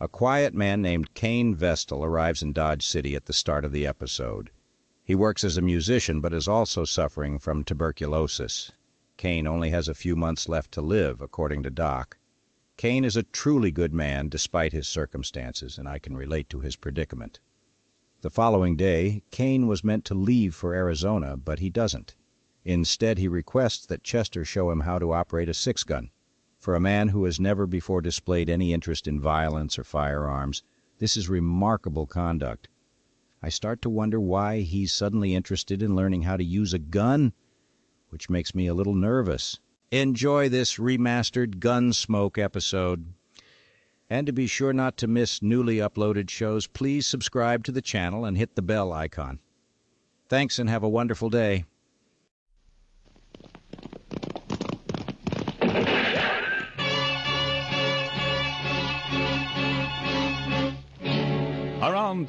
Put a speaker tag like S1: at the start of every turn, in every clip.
S1: A quiet man named Cain Vestal arrives in Dodge City at the start of the episode. He works as a musician but is also suffering from tuberculosis. Cain only has a few months left to live, according to Doc. Cain is a truly good man despite his circumstances, and I can relate to his predicament. The following day Cain was meant to leave for Arizona, but he doesn't. Instead he requests that Chester show him how to operate a six gun. For a man who has never before displayed any interest in violence or firearms, this is remarkable conduct. I start to wonder why he's suddenly interested in learning how to use a gun, which makes me a little nervous. Enjoy this remastered Gunsmoke episode. And to be sure not to miss newly uploaded shows, please subscribe to the channel and hit the bell icon. Thanks and have a wonderful day.
S2: Around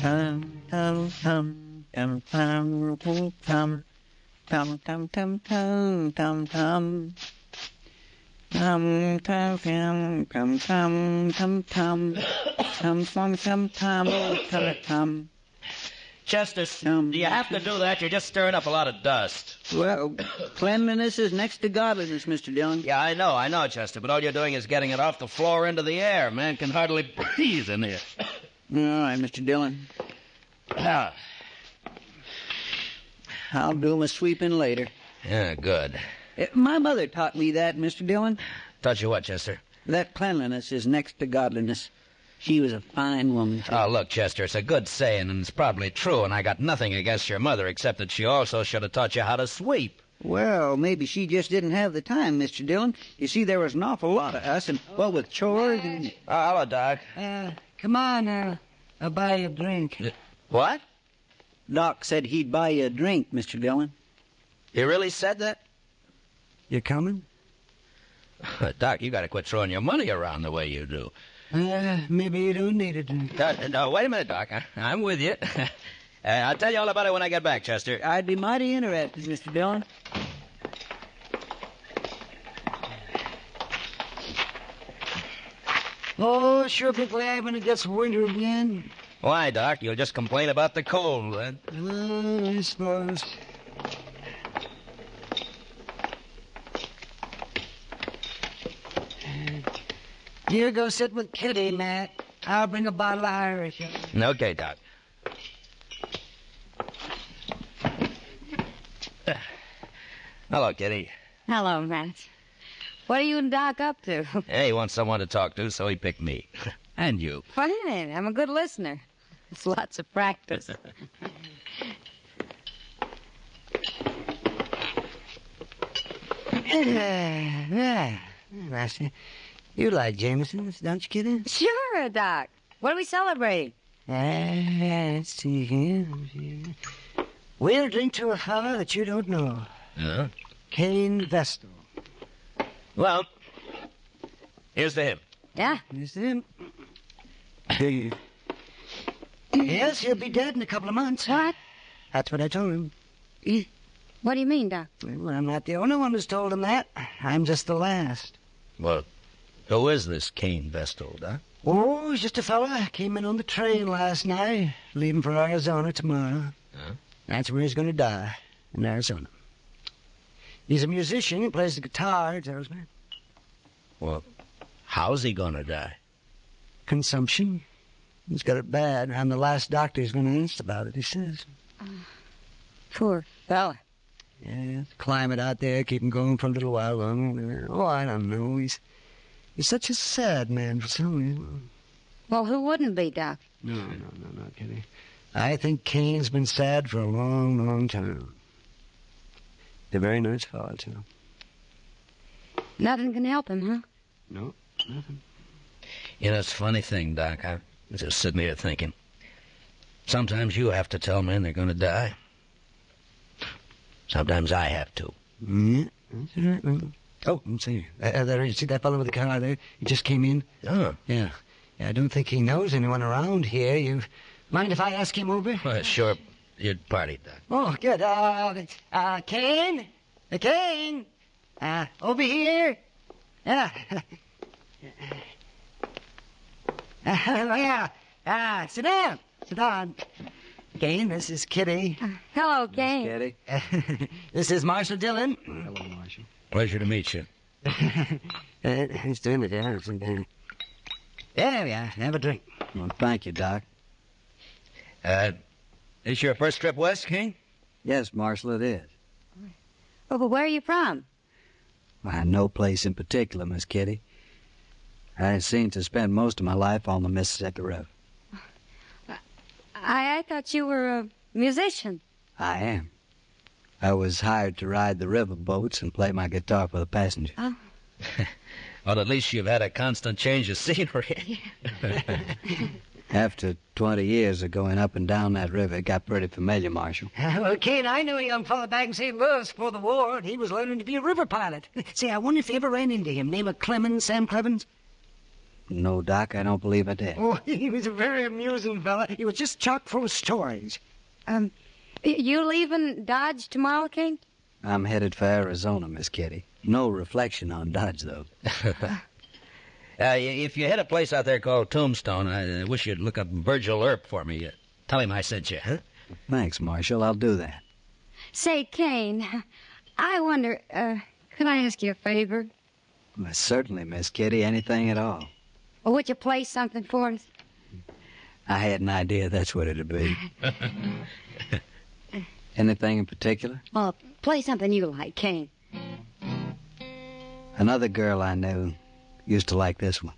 S3: Come, come, come, come, come, come, come, come, come, come, come, come, come. Come, come, come, come, come, come, come. Come, come, come, come, come, come.
S4: Chester,
S3: Um,
S4: do you have to do that? You're just stirring up a lot of dust.
S3: Well, cleanliness is next to godliness, Mr. Dillon.
S4: Yeah, I know, I know, Chester, but all you're doing is getting it off the floor into the air. Man can hardly breathe in here.
S3: All right, Mr. Dillon.
S4: Ah,
S3: I'll do my sweeping later.
S4: yeah, good.
S3: Uh, My mother taught me that, Mr. Dillon.
S4: Taught you what, Chester?
S3: That cleanliness is next to godliness. She was a fine woman. too.
S4: Oh, look, Chester, it's a good saying, and it's probably true, and I got nothing against your mother except that she also should have taught you how to sweep.
S3: Well, maybe she just didn't have the time, Mr. Dillon. You see, there was an awful lot of us, and, well, with chores and.
S4: Oh, hello, Doc.
S3: Uh, come on, I'll, I'll buy you a drink.
S4: What?
S3: Doc said he'd buy you a drink, Mr. Dillon.
S4: You really said that?
S3: You coming?
S4: Doc, you gotta quit throwing your money around the way you do.
S3: Uh, maybe you don't need a drink.
S4: Doc, no, wait a minute, Doc. I, I'm with you. Uh, I'll tell you all about it when I get back, Chester.
S3: I'd be mighty interested, Mr. Dillon. Oh, sure be glad when it gets winter again.
S4: Why, Doc? You'll just complain about the cold. Uh,
S3: Well, I suppose. You go sit with Kitty, Matt. I'll bring a bottle of Irish.
S4: okay, Doc. Hello, Kitty.
S5: Hello, Matt. What are you and Doc up to?
S4: Hey, he wants someone to talk to, so he picked me. and you.
S5: Funny, then. I'm a good listener. It's lots of practice.
S3: yeah, Master. You like Jameson's, don't you, Kitty?
S5: sure, Doc. What are we celebrating?
S3: Uh, let's see here. let's see here. We'll drink to a fellow that you don't know,
S4: Huh?
S3: Cain Vestal.
S4: Well, here's to him.
S5: Yeah,
S3: Is him? yes, he'll be dead in a couple of months.
S5: What?
S3: That's what I told him.
S5: what do you mean, Doc?
S3: Well, I'm not the only one who's told him that. I'm just the last.
S4: Well, who is this Cain Vestal, Doc?
S3: Oh, he's just a fella. Came in on the train last night, leaving for Arizona tomorrow.
S4: Huh?
S3: That's where he's going to die, in Arizona. He's a musician. He plays the guitar, he tells me.
S4: Well, how's he gonna die?
S3: consumption. He's got it bad. I'm the last doctor he's been asked about it, he says.
S5: Poor fella.
S3: Yeah, the climate out there, keep him going for a little while longer. Oh, I don't know. He's he's such a sad man for some reason.
S5: Well, who wouldn't be, Doc?
S3: No, no, no, not kidding. I think Kane's been sad for a long, long time. They're very nice fellow, too.
S5: Nothing can help him, huh?
S3: No, nothing.
S4: You know, it's a funny thing, Doc. I was just sitting here thinking. Sometimes you have to tell men they're going to die. Sometimes I have to.
S3: Yeah, that's all right, Lincoln. Oh, I'm saying, uh, uh, there, you see that fellow with the car out there? He just came in.
S4: Oh,
S3: Yeah. yeah. I don't think he knows anyone around here. You mind if I ask him over?
S4: well, sure. You'd party, Doc.
S3: Oh, good. Uh, uh, Kane? Uh, Kane? Uh, over here? Yeah. Uh, oh, yeah. Ah, sit down. Sit down. Kane, this is Kitty.
S5: Hello, Kane.
S3: Kitty. this is Marshall Dillon. Hello, Marshall.
S4: Pleasure to meet you.
S3: Uh, he's doing it, yeah. There we are. Have a drink. Well, thank you, Doc.
S4: Uh, this your first trip west, King?
S3: Yes, Marshal, it is.
S5: Oh, but where are you from?
S3: Why, no place in particular, Miss Kitty. I seem to spend most of my life on the Mississippi River.
S5: I, I thought you were a musician.
S3: I am. I was hired to ride the river boats and play my guitar for the passengers.
S4: Well, at least you've had a constant change of scenery.
S3: After 20 years of going up and down that river, it got pretty familiar, Marshal. well, Kane, I knew a young fellow back in St. Louis before the war, and he was learning to be a river pilot. Say, I wonder if you ever ran into him, name of Clemens, Sam Clemens? No, Doc, I don't believe I did. Oh, he was a very amusing fellow. He was just chock full of stories.
S5: Um, y- you leaving Dodge tomorrow, King?
S3: I'm headed for Arizona, Miss Kitty. No reflection on Dodge, though.
S4: Uh, i- if you had a place out there called Tombstone, I uh, wish you'd look up Virgil Earp for me. Uh, tell him I sent you, huh?
S3: Thanks, Marshal. I'll do that.
S5: Say, Kane, I wonder, uh, could I ask you a favor?
S3: Well, certainly, Miss Kitty. Anything at all.
S5: Or would you play something for us?
S3: I had an idea that's what it'd be. Anything in particular?
S5: Well, play something you like, Kane.
S3: Another girl I knew used to like this one.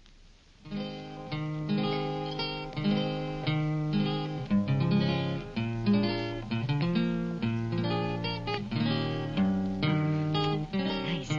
S5: Nice.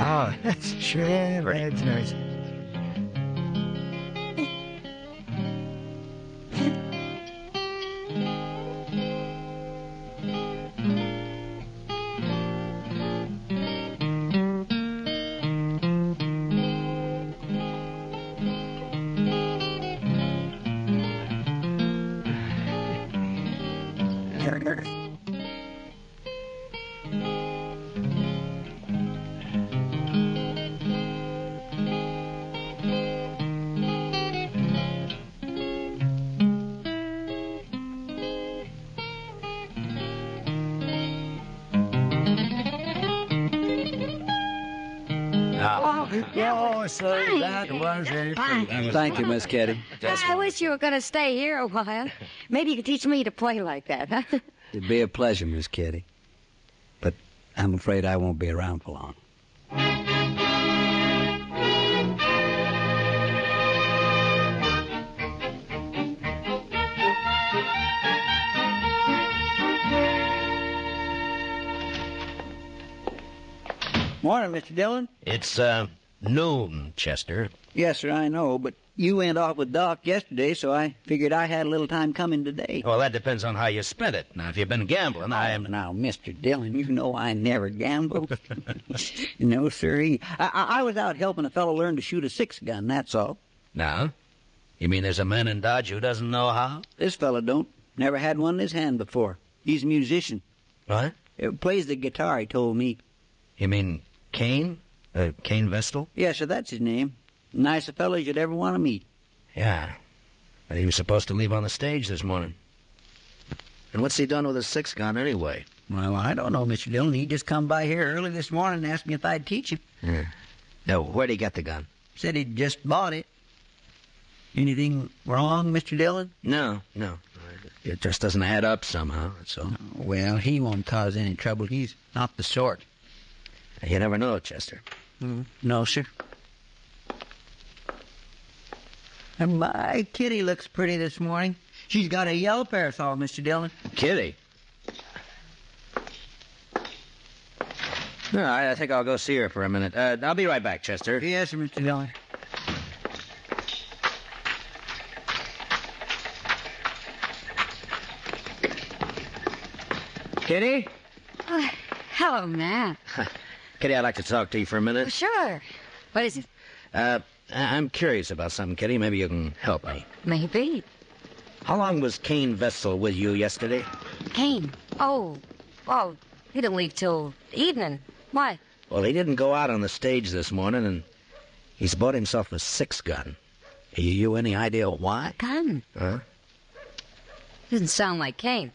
S3: Oh, that's sure. Yeah, that's nice. Oh, so that was it. Thank you, Miss Kitty.
S5: I wish you were going to stay here a while. Maybe you could teach me to play like that, huh?
S3: It'd be a pleasure, Miss Kitty. But I'm afraid I won't be around for long.
S6: Morning, Mr. Dillon.
S4: It's uh, noon, Chester.
S6: Yes, sir, I know, but you went off with Doc yesterday, so I figured I had a little time coming today.
S4: Well, that depends on how you spent it. Now, if you've been gambling, I am.
S6: Now, Mr. Dillon, you know I never gamble.
S7: e,
S6: no, sir. I, I I was out helping a fellow learn to shoot a six gun, that's all.
S4: Now? You mean there's a man in Dodge who doesn't know how?
S7: This fella don't. Never had one in his hand before. He's a musician.
S4: What?
S7: Uh, plays the guitar, he told me.
S4: You mean Kane? Uh, Kane Vestal?
S7: Yeah, so that's his name. Nice fella you'd ever want to meet.
S4: Yeah. But he was supposed to leave on the stage this morning. And what's he done with his six gun anyway?
S7: Well, I don't know, Mr. Dillon. He just come by here early this morning and asked me if I'd teach him.
S4: No, where'd he get the gun?
S7: Said he'd just bought it. Anything wrong, Mr. Dillon?
S4: No, no. It just doesn't add up somehow, that's all.
S7: Well, he won't cause any trouble. He's not the sort.
S4: You never know, Chester.
S7: No, sir. And my kitty looks pretty this morning. She's got a yellow parasol, Mr. Dillon.
S4: Kitty. No, I, I think I'll go see her for a minute. Uh, I'll be right back, Chester.
S7: Yes, sir, Mr. Dillon.
S4: Kitty?
S5: Uh, hello, Matt.
S4: Kitty, I'd like to talk to you for a minute.
S5: Sure. What is it?
S4: Uh, I- I'm curious about something, Kitty. Maybe you can help me.
S5: Maybe.
S4: How long was Kane Vestal with you yesterday?
S5: Kane. Oh, oh, he didn't leave till evening. Why?
S4: Well, he didn't go out on the stage this morning, and he's bought himself a six gun. You, you any idea why?
S5: Gun.
S4: Huh?
S5: Doesn't sound like Kane.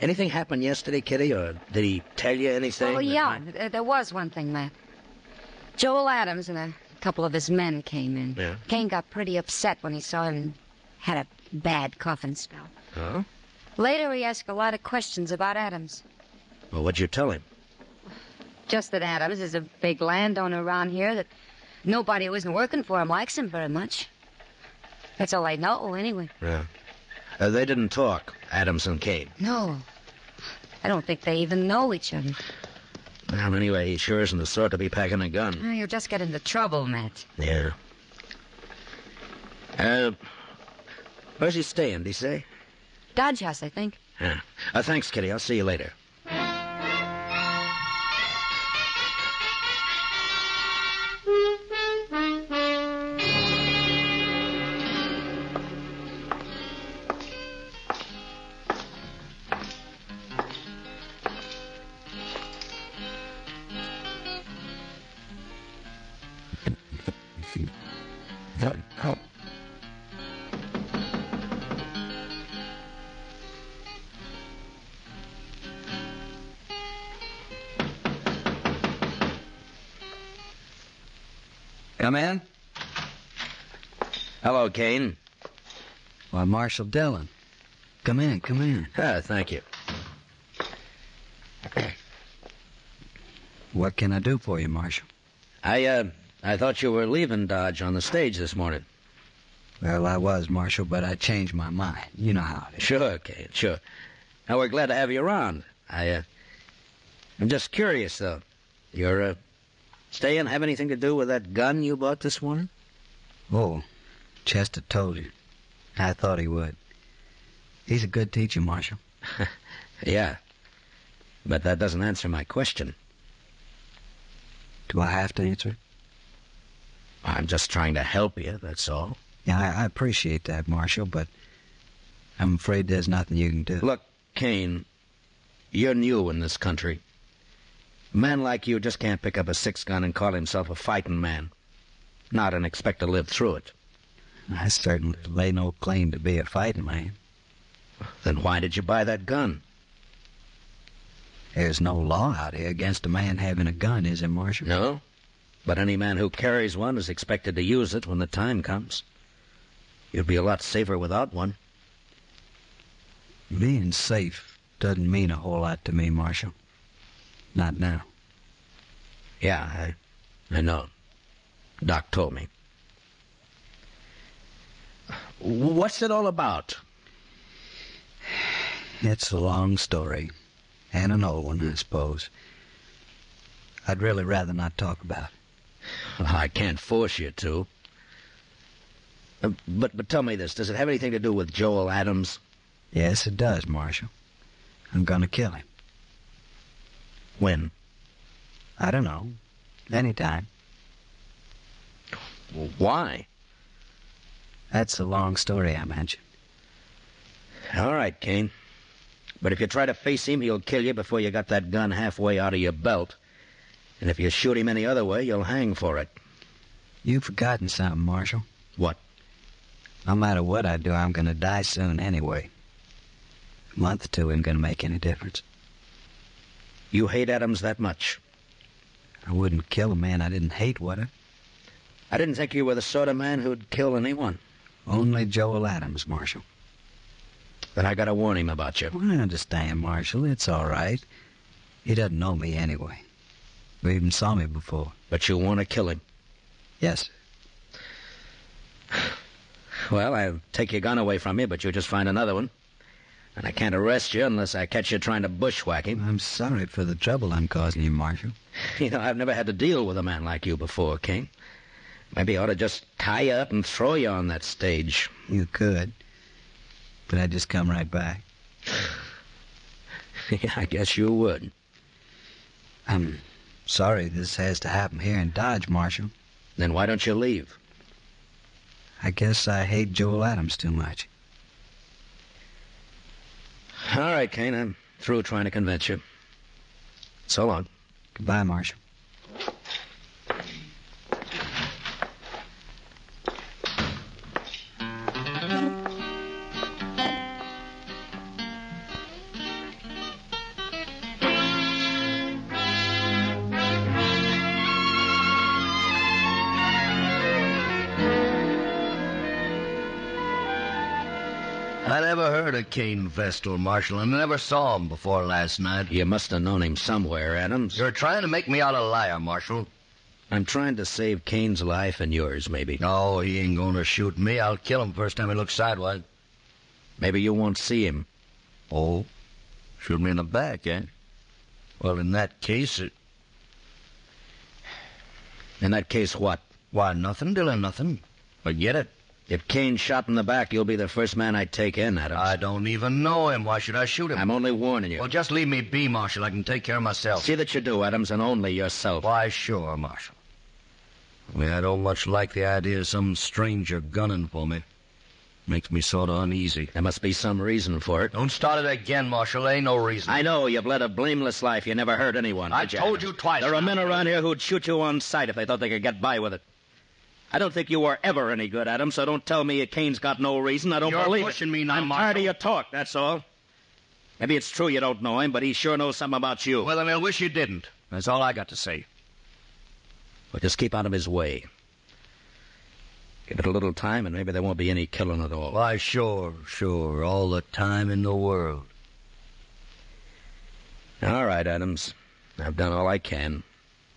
S4: Anything happened yesterday, Kitty, or did he tell you anything?
S5: Oh,
S4: that
S5: yeah.
S4: might-
S5: There, there was one thing, Matt. Joel Adams and a couple of his men came in.
S4: Yeah.
S5: Kane got pretty upset when he saw him had a bad coughing spell.
S4: Huh?
S5: Later, he asked a lot of questions about Adams.
S4: Well, what'd you tell him?
S5: Just that Adams is a big landowner around here that nobody who isn't working for him likes him very much. That's all I know, anyway.
S4: Yeah. Uh, they didn't talk, Adams and Kane.
S5: No. I don't think they even know each other.
S4: Well, anyway, he sure isn't the sort to be packing a gun.
S5: You'll just get into trouble, Matt.
S4: Yeah. Uh, where's he staying, did he say?
S5: Dodge House, I think.
S4: Yeah. Uh, thanks, Kitty. I'll see you later.
S7: Come in.
S4: Hello, Kane.
S7: Why, Marshal Dillon. Come in, come in.
S4: Ah, thank you.
S7: What can I do for you, Marshal?
S4: I, uh, I thought you were leaving Dodge on the stage this morning.
S7: Well, I was, Marshal, but I changed my mind. You know how it is.
S4: Sure, Kane, sure. Now, we're glad to have you around. I, uh, I'm just curious, though. Your, uh, staying have anything to do with that gun you bought this morning?
S7: Oh, Chester told you. I thought he would. He's a good teacher, Marshal.
S4: Yeah. But that doesn't answer my question.
S7: Do I have to answer? it?
S4: I'm just trying to help you, that's all.
S7: Yeah, I, I appreciate that, Marshal, but I'm afraid there's nothing you can do.
S4: Look, Kane, you're new in this country. A man like you just can't pick up a six gun and call himself a fighting man. Not and expect to live through it.
S7: I certainly lay no claim to be a fighting man.
S4: Then why did you buy that gun?
S7: There's no law out here against a man having a gun, is there, Marshal?
S4: No. But any man who carries one is expected to use it when the time comes. You'd be a lot safer without one.
S7: Being safe doesn't mean a whole lot to me, Marshal. Not now.
S4: Yeah, I, I know. Doc told me. What's it all about?
S7: It's a long story, and an old one, I suppose. I'd really rather not talk about it.
S4: I can't force you to. Uh, But but tell me this: Does it have anything to do with Joel Adams?
S7: Yes, it does, Marshal. I'm gonna kill him.
S4: When?
S7: I don't know. Anytime.
S4: Well, Why?
S7: That's the long story I mentioned.
S4: All right, Kane. But if you try to face him, he'll kill you before you got that gun halfway out of your belt. And if you shoot him any other way, you'll hang for it.
S7: You've forgotten something, Marshal.
S4: What?
S7: No matter what I do, I'm going to die soon anyway. A month or two isn't going to make any difference.
S4: You hate Adams that much.
S7: I wouldn't kill a man I didn't hate, would I?
S4: I didn't think you were the sort of man who'd kill anyone.
S7: Only Joel Adams, Marshal.
S4: Then I gotta warn him about you.
S7: Well, I understand, Marshal. It's all right. He doesn't know me anyway. We even saw me before.
S4: But you want to kill him.
S7: Yes, sir.
S4: Well, I'll take your gun away from you, but you'll just find another one. And I can't arrest you unless I catch you trying to bushwhack him.
S7: I'm sorry for the trouble I'm causing you, Marshal.
S4: You know, I've never had to deal with a man like you before, King. Maybe I ought to just tie you up and throw you on that stage.
S7: You could. But I'd just come right back.
S4: yeah, I guess you would.
S7: I'm sorry this has to happen here in Dodge, Marshal.
S4: Then why don't you leave?
S7: I guess I hate Joel Adams too much.
S4: All right, Kane, I'm through trying to convince you. So long.
S7: Goodbye, Marshal.
S8: I never heard of Kane Vestal, Marshal, and I never saw him before last night.
S4: You must have known him somewhere, Adams.
S8: You're trying to make me out a liar, Marshal.
S4: I'm trying to save Kane's life and yours, maybe.
S8: No, he ain't going to shoot me. I'll kill him first time he looks sidewise.
S4: Maybe you won't see him.
S8: Oh? Shoot me in the back, eh? Well, in that case, it...
S4: In that case, what?
S8: Why, nothing, Dylan, nothing. Forget it.
S4: If Kane's shot in the back, you'll be the first man I take in, Adams.
S8: I don't even know him. Why should I shoot him?
S4: I'm only warning you.
S8: Well, just leave me be, Marshal. I can take care of myself.
S4: See that you do, Adams, and only yourself.
S8: Why, sure, Marshal. I mean, I don't much like the idea of some stranger gunning for me. Makes me sort of uneasy.
S4: There must be some reason for it.
S8: Don't start it again, Marshal. There ain't no reason.
S4: I know you've led a blameless life. You never hurt anyone.
S8: I
S4: did you,
S8: told
S4: Adams?
S8: you twice
S4: There are
S8: now.
S4: men around here who'd shoot you on sight if they thought they could get by with it. I don't think you were ever any good, Adams. So don't tell me Kane's got no reason. I don't
S8: You're
S4: believe
S8: pushing
S4: it.
S8: me now,
S4: I'm
S8: Marshal.
S4: tired of your talk. That's all. Maybe it's true you don't know him, but he sure knows something about you.
S8: Well, then I wish you didn't. That's all I got to say.
S4: But just keep out of his way. Give it a little time, and maybe there won't be any killing at all.
S8: Why, sure, sure. All the time in the world.
S4: All right, Adams. I've done all I can.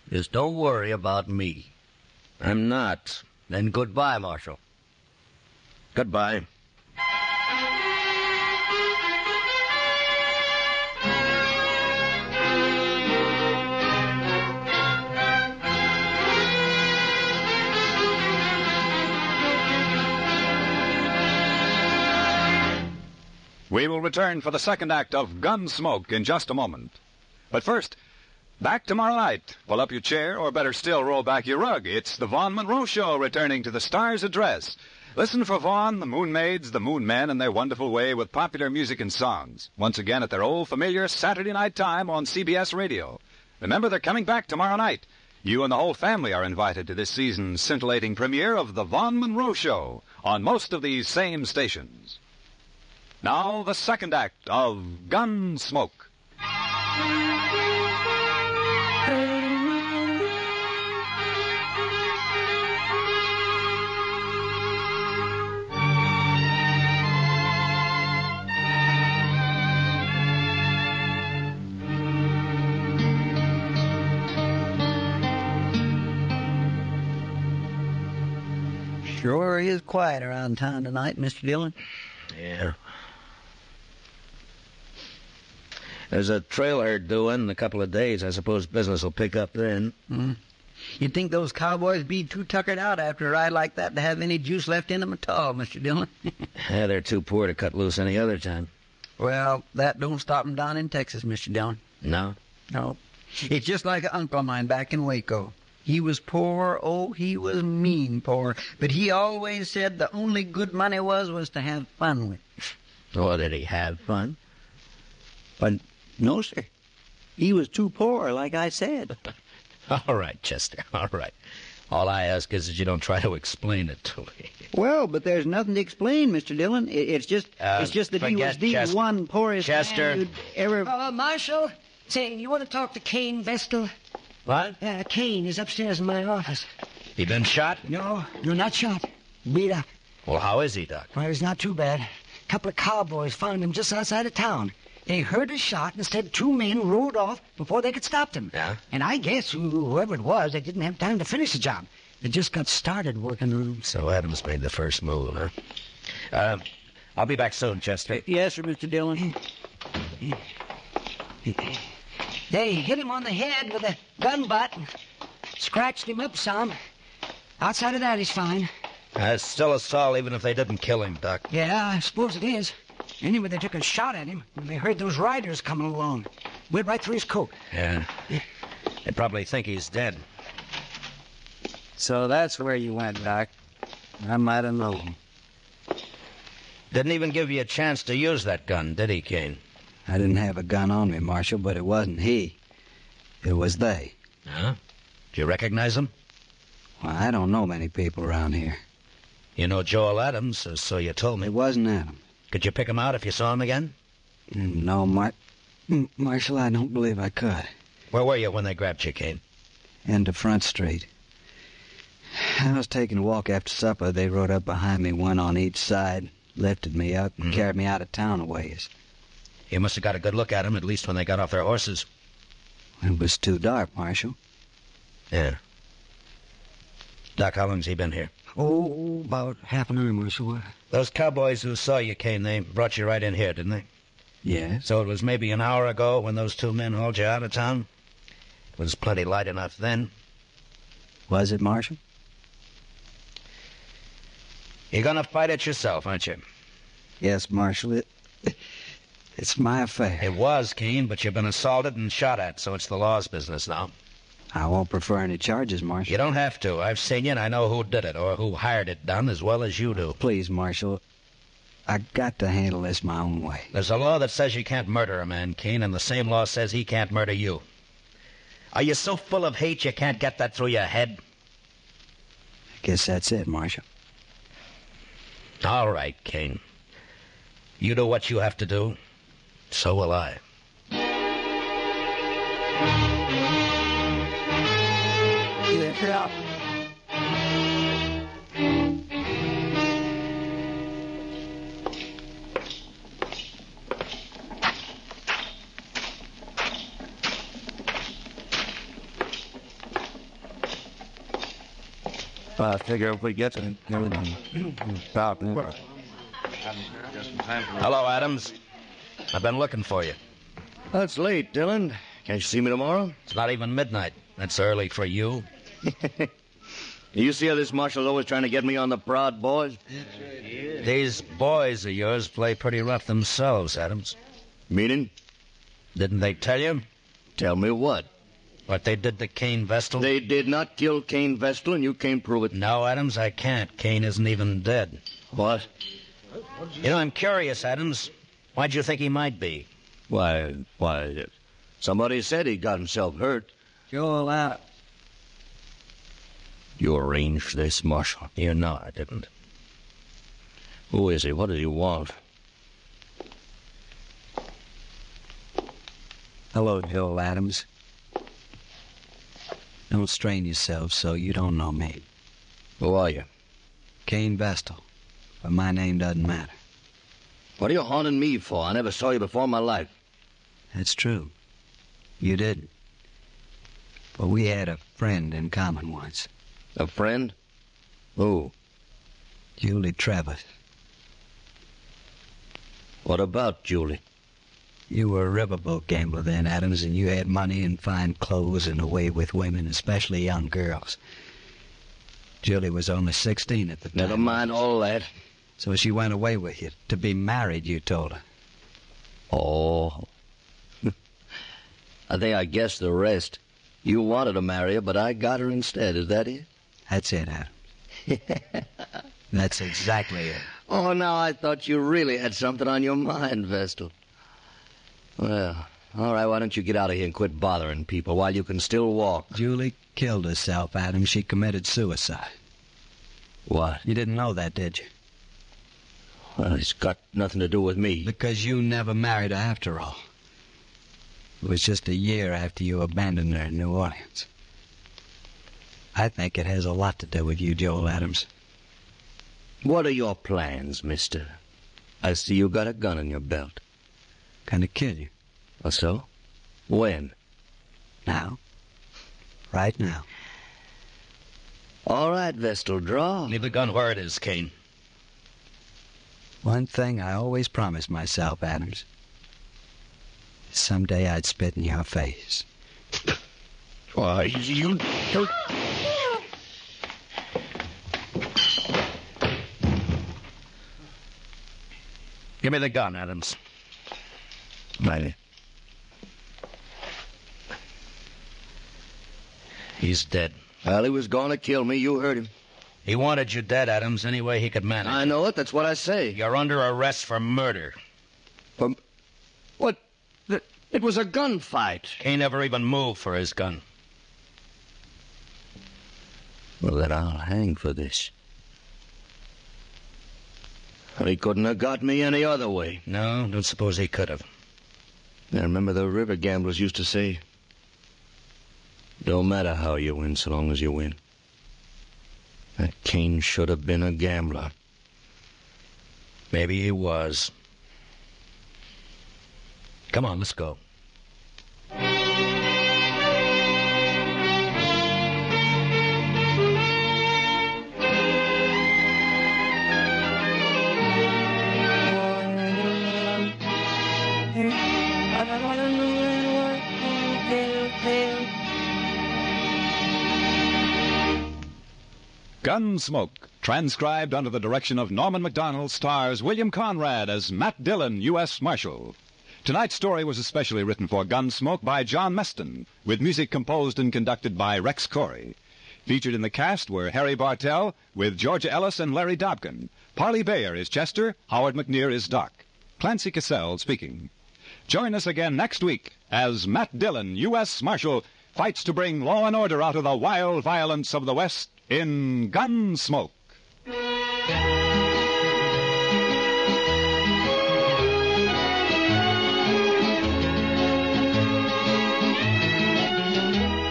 S8: Just don't worry about me.
S4: I'm not.
S8: Then goodbye, Marshal.
S4: Goodbye.
S2: We will return for the second act of Gunsmoke in just a moment. But first, back tomorrow night. Pull up your chair, or better still, roll back your rug. It's the Vaughn Monroe Show returning to the Star's Address. Listen for Vaughn, the Moon Maids, the Moon Men, and their wonderful way with popular music and songs. Once again at their old familiar Saturday night time on CBS Radio. Remember, they're coming back tomorrow night. You and the whole family are invited to this season's scintillating premiere of the Vaughn Monroe Show on most of these same stations. Now, the second act of Gunsmoke.
S7: Sure is quiet around town tonight, Mr. Dillon.
S4: Yeah. There's a trail herd due in a couple of days. I suppose business will pick up then.
S7: You'd think those cowboys be too tuckered out after a ride like that to have any juice left in them at all, Mr. Dillon.
S4: Yeah, they're too poor to cut loose any other time.
S7: well, that don't stop 'em down in Texas, Mr. Dillon.
S4: No?
S7: No. It's just like an uncle of mine back in Waco.
S4: He was poor, oh, he was mean poor, but he always said the only good money was was to have fun with.
S1: Or Oh, did he have fun?
S4: But no, sir. He was too poor, like I said.
S1: All right, Chester, all right. All I ask is that you don't try to explain it to me.
S4: Well, but there's nothing to explain, Mr. Dillon. I- It's just,
S1: Uh,
S4: it's just that he was
S1: forget
S4: the
S1: Chester.
S4: one poorest man
S1: Chester.
S4: you'd ever.
S3: Uh, Marshal, say, you want to talk to Kane Vestal?
S1: What?
S3: Uh, Kane is upstairs in my office.
S1: He been shot?
S3: No, you're not shot. Beat up.
S1: Well, how is he, Doc?
S3: Well, he's not too bad. A couple of cowboys found him just outside of town. They heard a shot, and instead two men rode off before they could stop them.
S1: Yeah?
S3: And I guess who- whoever it was, they didn't have time to finish the job. They just got started working the rooms.
S1: So Adams made the first move, huh? Um, I'll be back soon, Chester.
S4: Yes, sir, Mr. Dillon.
S3: They hit him on the head with a gun butt, scratched him up some. Outside of that, he's fine.
S1: That's still a Saul, even if they didn't kill him, Doc.
S3: Yeah, I suppose it is. Anyway, they took a shot at him when they heard those riders coming along. Went right through his coat.
S1: Yeah. They probably think he's dead.
S4: So that's where you went, Doc. I might have known.
S1: Didn't even give you a chance to use that gun, did he, Kane?
S4: I didn't have a gun on me, Marshal, but it wasn't he. It was they.
S1: Huh? Do you recognize him?
S4: Well, I don't know many people around here.
S1: You know Joel Adams, or so you told
S4: It
S1: me.
S4: wasn't Adam.
S1: Could you pick him out if you saw him again?
S4: No, Mar- M- Marshal, I don't believe I could.
S1: Where were you when they grabbed you, Kane?
S4: Into Front Street. I was taking a walk after supper. They rode up behind me, one on each side, lifted me up,
S1: Mm-hmm.
S4: and carried me out of town a ways.
S1: You must have got a good look at him, at least when they got off their horses.
S4: It was too dark, Marshal.
S1: Yeah. Doc, how long's he been here?
S3: Oh, about half an hour, Marshal.
S1: Those cowboys who saw you, Kane, they brought you right in here, didn't they?
S4: Yes.
S1: So it was maybe an hour ago when those two men hauled you out of town? It was plenty light enough then.
S4: Was it, Marshal?
S1: You're gonna fight it yourself, aren't you?
S4: Yes, Marshal. It, it's my affair.
S1: It was, Kane, but you've been assaulted and shot at, so it's the law's business now.
S4: I won't prefer any charges, Marshal.
S1: You don't have to. I've seen you, and I know who did it or who hired it done as well as you do.
S4: Please, Marshal. I got to handle this my own way.
S1: There's a law that says you can't murder a man, Kane, and the same law says he can't murder you. Are you so full of hate you can't get that through your head?
S4: I guess that's it, Marshal.
S1: All right, Kane. You do what you have to do. So will I.
S9: I figure if we get to him, everything about him.
S1: Hello, Adams. I've been looking for you.
S9: That's late, Dylan. Can't you see me tomorrow?
S1: It's not even midnight. That's early for you.
S9: You see how this marshal's always trying to get me on the prod, boys?
S1: These boys of yours play pretty rough themselves, Adams.
S9: Meaning?
S1: Didn't they tell you
S9: Tell me what.
S1: what they did to Kane Vestal?
S9: They did not kill Kane Vestal, and you can't prove it.
S1: No, Adams, I can't. Kane isn't even dead.
S9: What?
S1: You know, I'm curious, Adams. Why'd you think he might be?
S9: Why, why, somebody said he got himself hurt.
S4: Joel out.
S9: You arranged this, Marshal.
S1: You know I didn't.
S9: Who is he? What does he want?
S4: Hello, Joel Adams. Don't strain yourself so you don't know me.
S9: Who are you?
S4: Kane Vestal. But my name doesn't matter.
S9: What are you haunting me for? I never saw you before in my life.
S4: That's true. You didn't. But we had a friend in common once.
S9: A friend? Who?
S4: Julie Travis.
S9: What about Julie?
S4: You were a riverboat gambler then, Adams, and you had money and fine clothes and a way with women, especially young girls. Julie was only 16 at the time.
S9: Never mind all that.
S4: So she went away with you. To be married, you told her.
S9: Oh. I think I guessed the rest.
S4: You wanted to marry her, but I got her instead. Is that it?
S10: That's it, Adam. That's exactly it.
S4: Oh, now I thought you really had something on your mind, Vestal. Well, all right, why don't you get out of here and quit bothering people while you can still walk?
S10: Julie killed herself, Adam. She committed suicide.
S4: What?
S10: You didn't know that, did you?
S4: Well, it's got nothing to do with me.
S10: Because you never married her after all. It was just a year after you abandoned her in New Orleans. I think it has a lot to do with you, Joel Adams.
S4: What are your plans, mister? I see you got a gun in your belt.
S10: Gonna kill you.
S4: Or so? When?
S10: Now. Right now.
S4: All right, Vestal, draw.
S1: Leave the gun where it is, Kane.
S10: One thing I always promised myself, Adams. Someday I'd spit in your face.
S1: Uh,
S4: Why, you don't...
S1: Give me the gun, Adams.
S4: Right.
S1: He's dead.
S4: Well, he was going to kill me. You heard him.
S1: He wanted you dead, Adams, any way he could manage.
S4: I know it. That's what I say.
S1: You're under arrest for murder.
S4: From... What? The- It was a gunfight.
S1: He never even moved for his gun.
S4: Well, then I'll hang for this. Well, he couldn't have got me any other way.
S1: No, don't suppose he could have.
S4: I remember the river gamblers used to say, don't matter how you win so long as you win. That Kane should have been a gambler.
S1: Maybe he was. Come on, let's go.
S2: Gunsmoke, transcribed under the direction of Norman McDonald, stars William Conrad as Matt Dillon, U.S. Marshal. Tonight's story was especially written for Gunsmoke by John Meston, with music composed and conducted by Rex Corey. Featured in the cast were Harry Bartell, with Georgia Ellis and Larry Dobkin. Parley Bayer is Chester, Howard McNear is Doc. Clancy Cassell speaking. Join us again next week as Matt Dillon, U.S. Marshal, fights to bring law and order out of the wild violence of the West in Gunsmoke.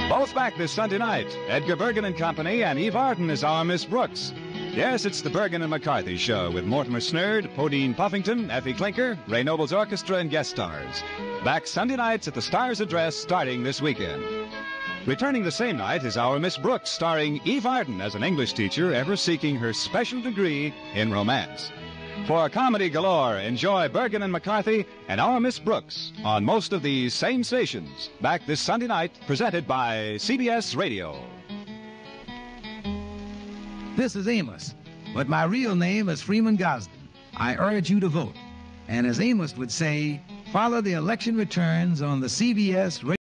S2: Both back this Sunday night. Edgar Bergen and Company and Eve Arden is our Miss Brooks. Yes, it's the Bergen and McCarthy show with Mortimer Snurd, Podine Puffington, Effie Clinker, Ray Noble's orchestra, and guest stars. Back Sunday nights at the Stars Address starting this weekend. Returning the same night is our Miss Brooks, starring Eve Arden as an English teacher ever seeking her special degree in romance. For comedy galore, enjoy Bergen and McCarthy and Our Miss Brooks on most of these same stations. Back this Sunday night, presented by CBS Radio.
S11: This is Amos, but my real name is Freeman Gosden. I urge you to vote. And as Amos would say, follow the election returns on the CBS Radio.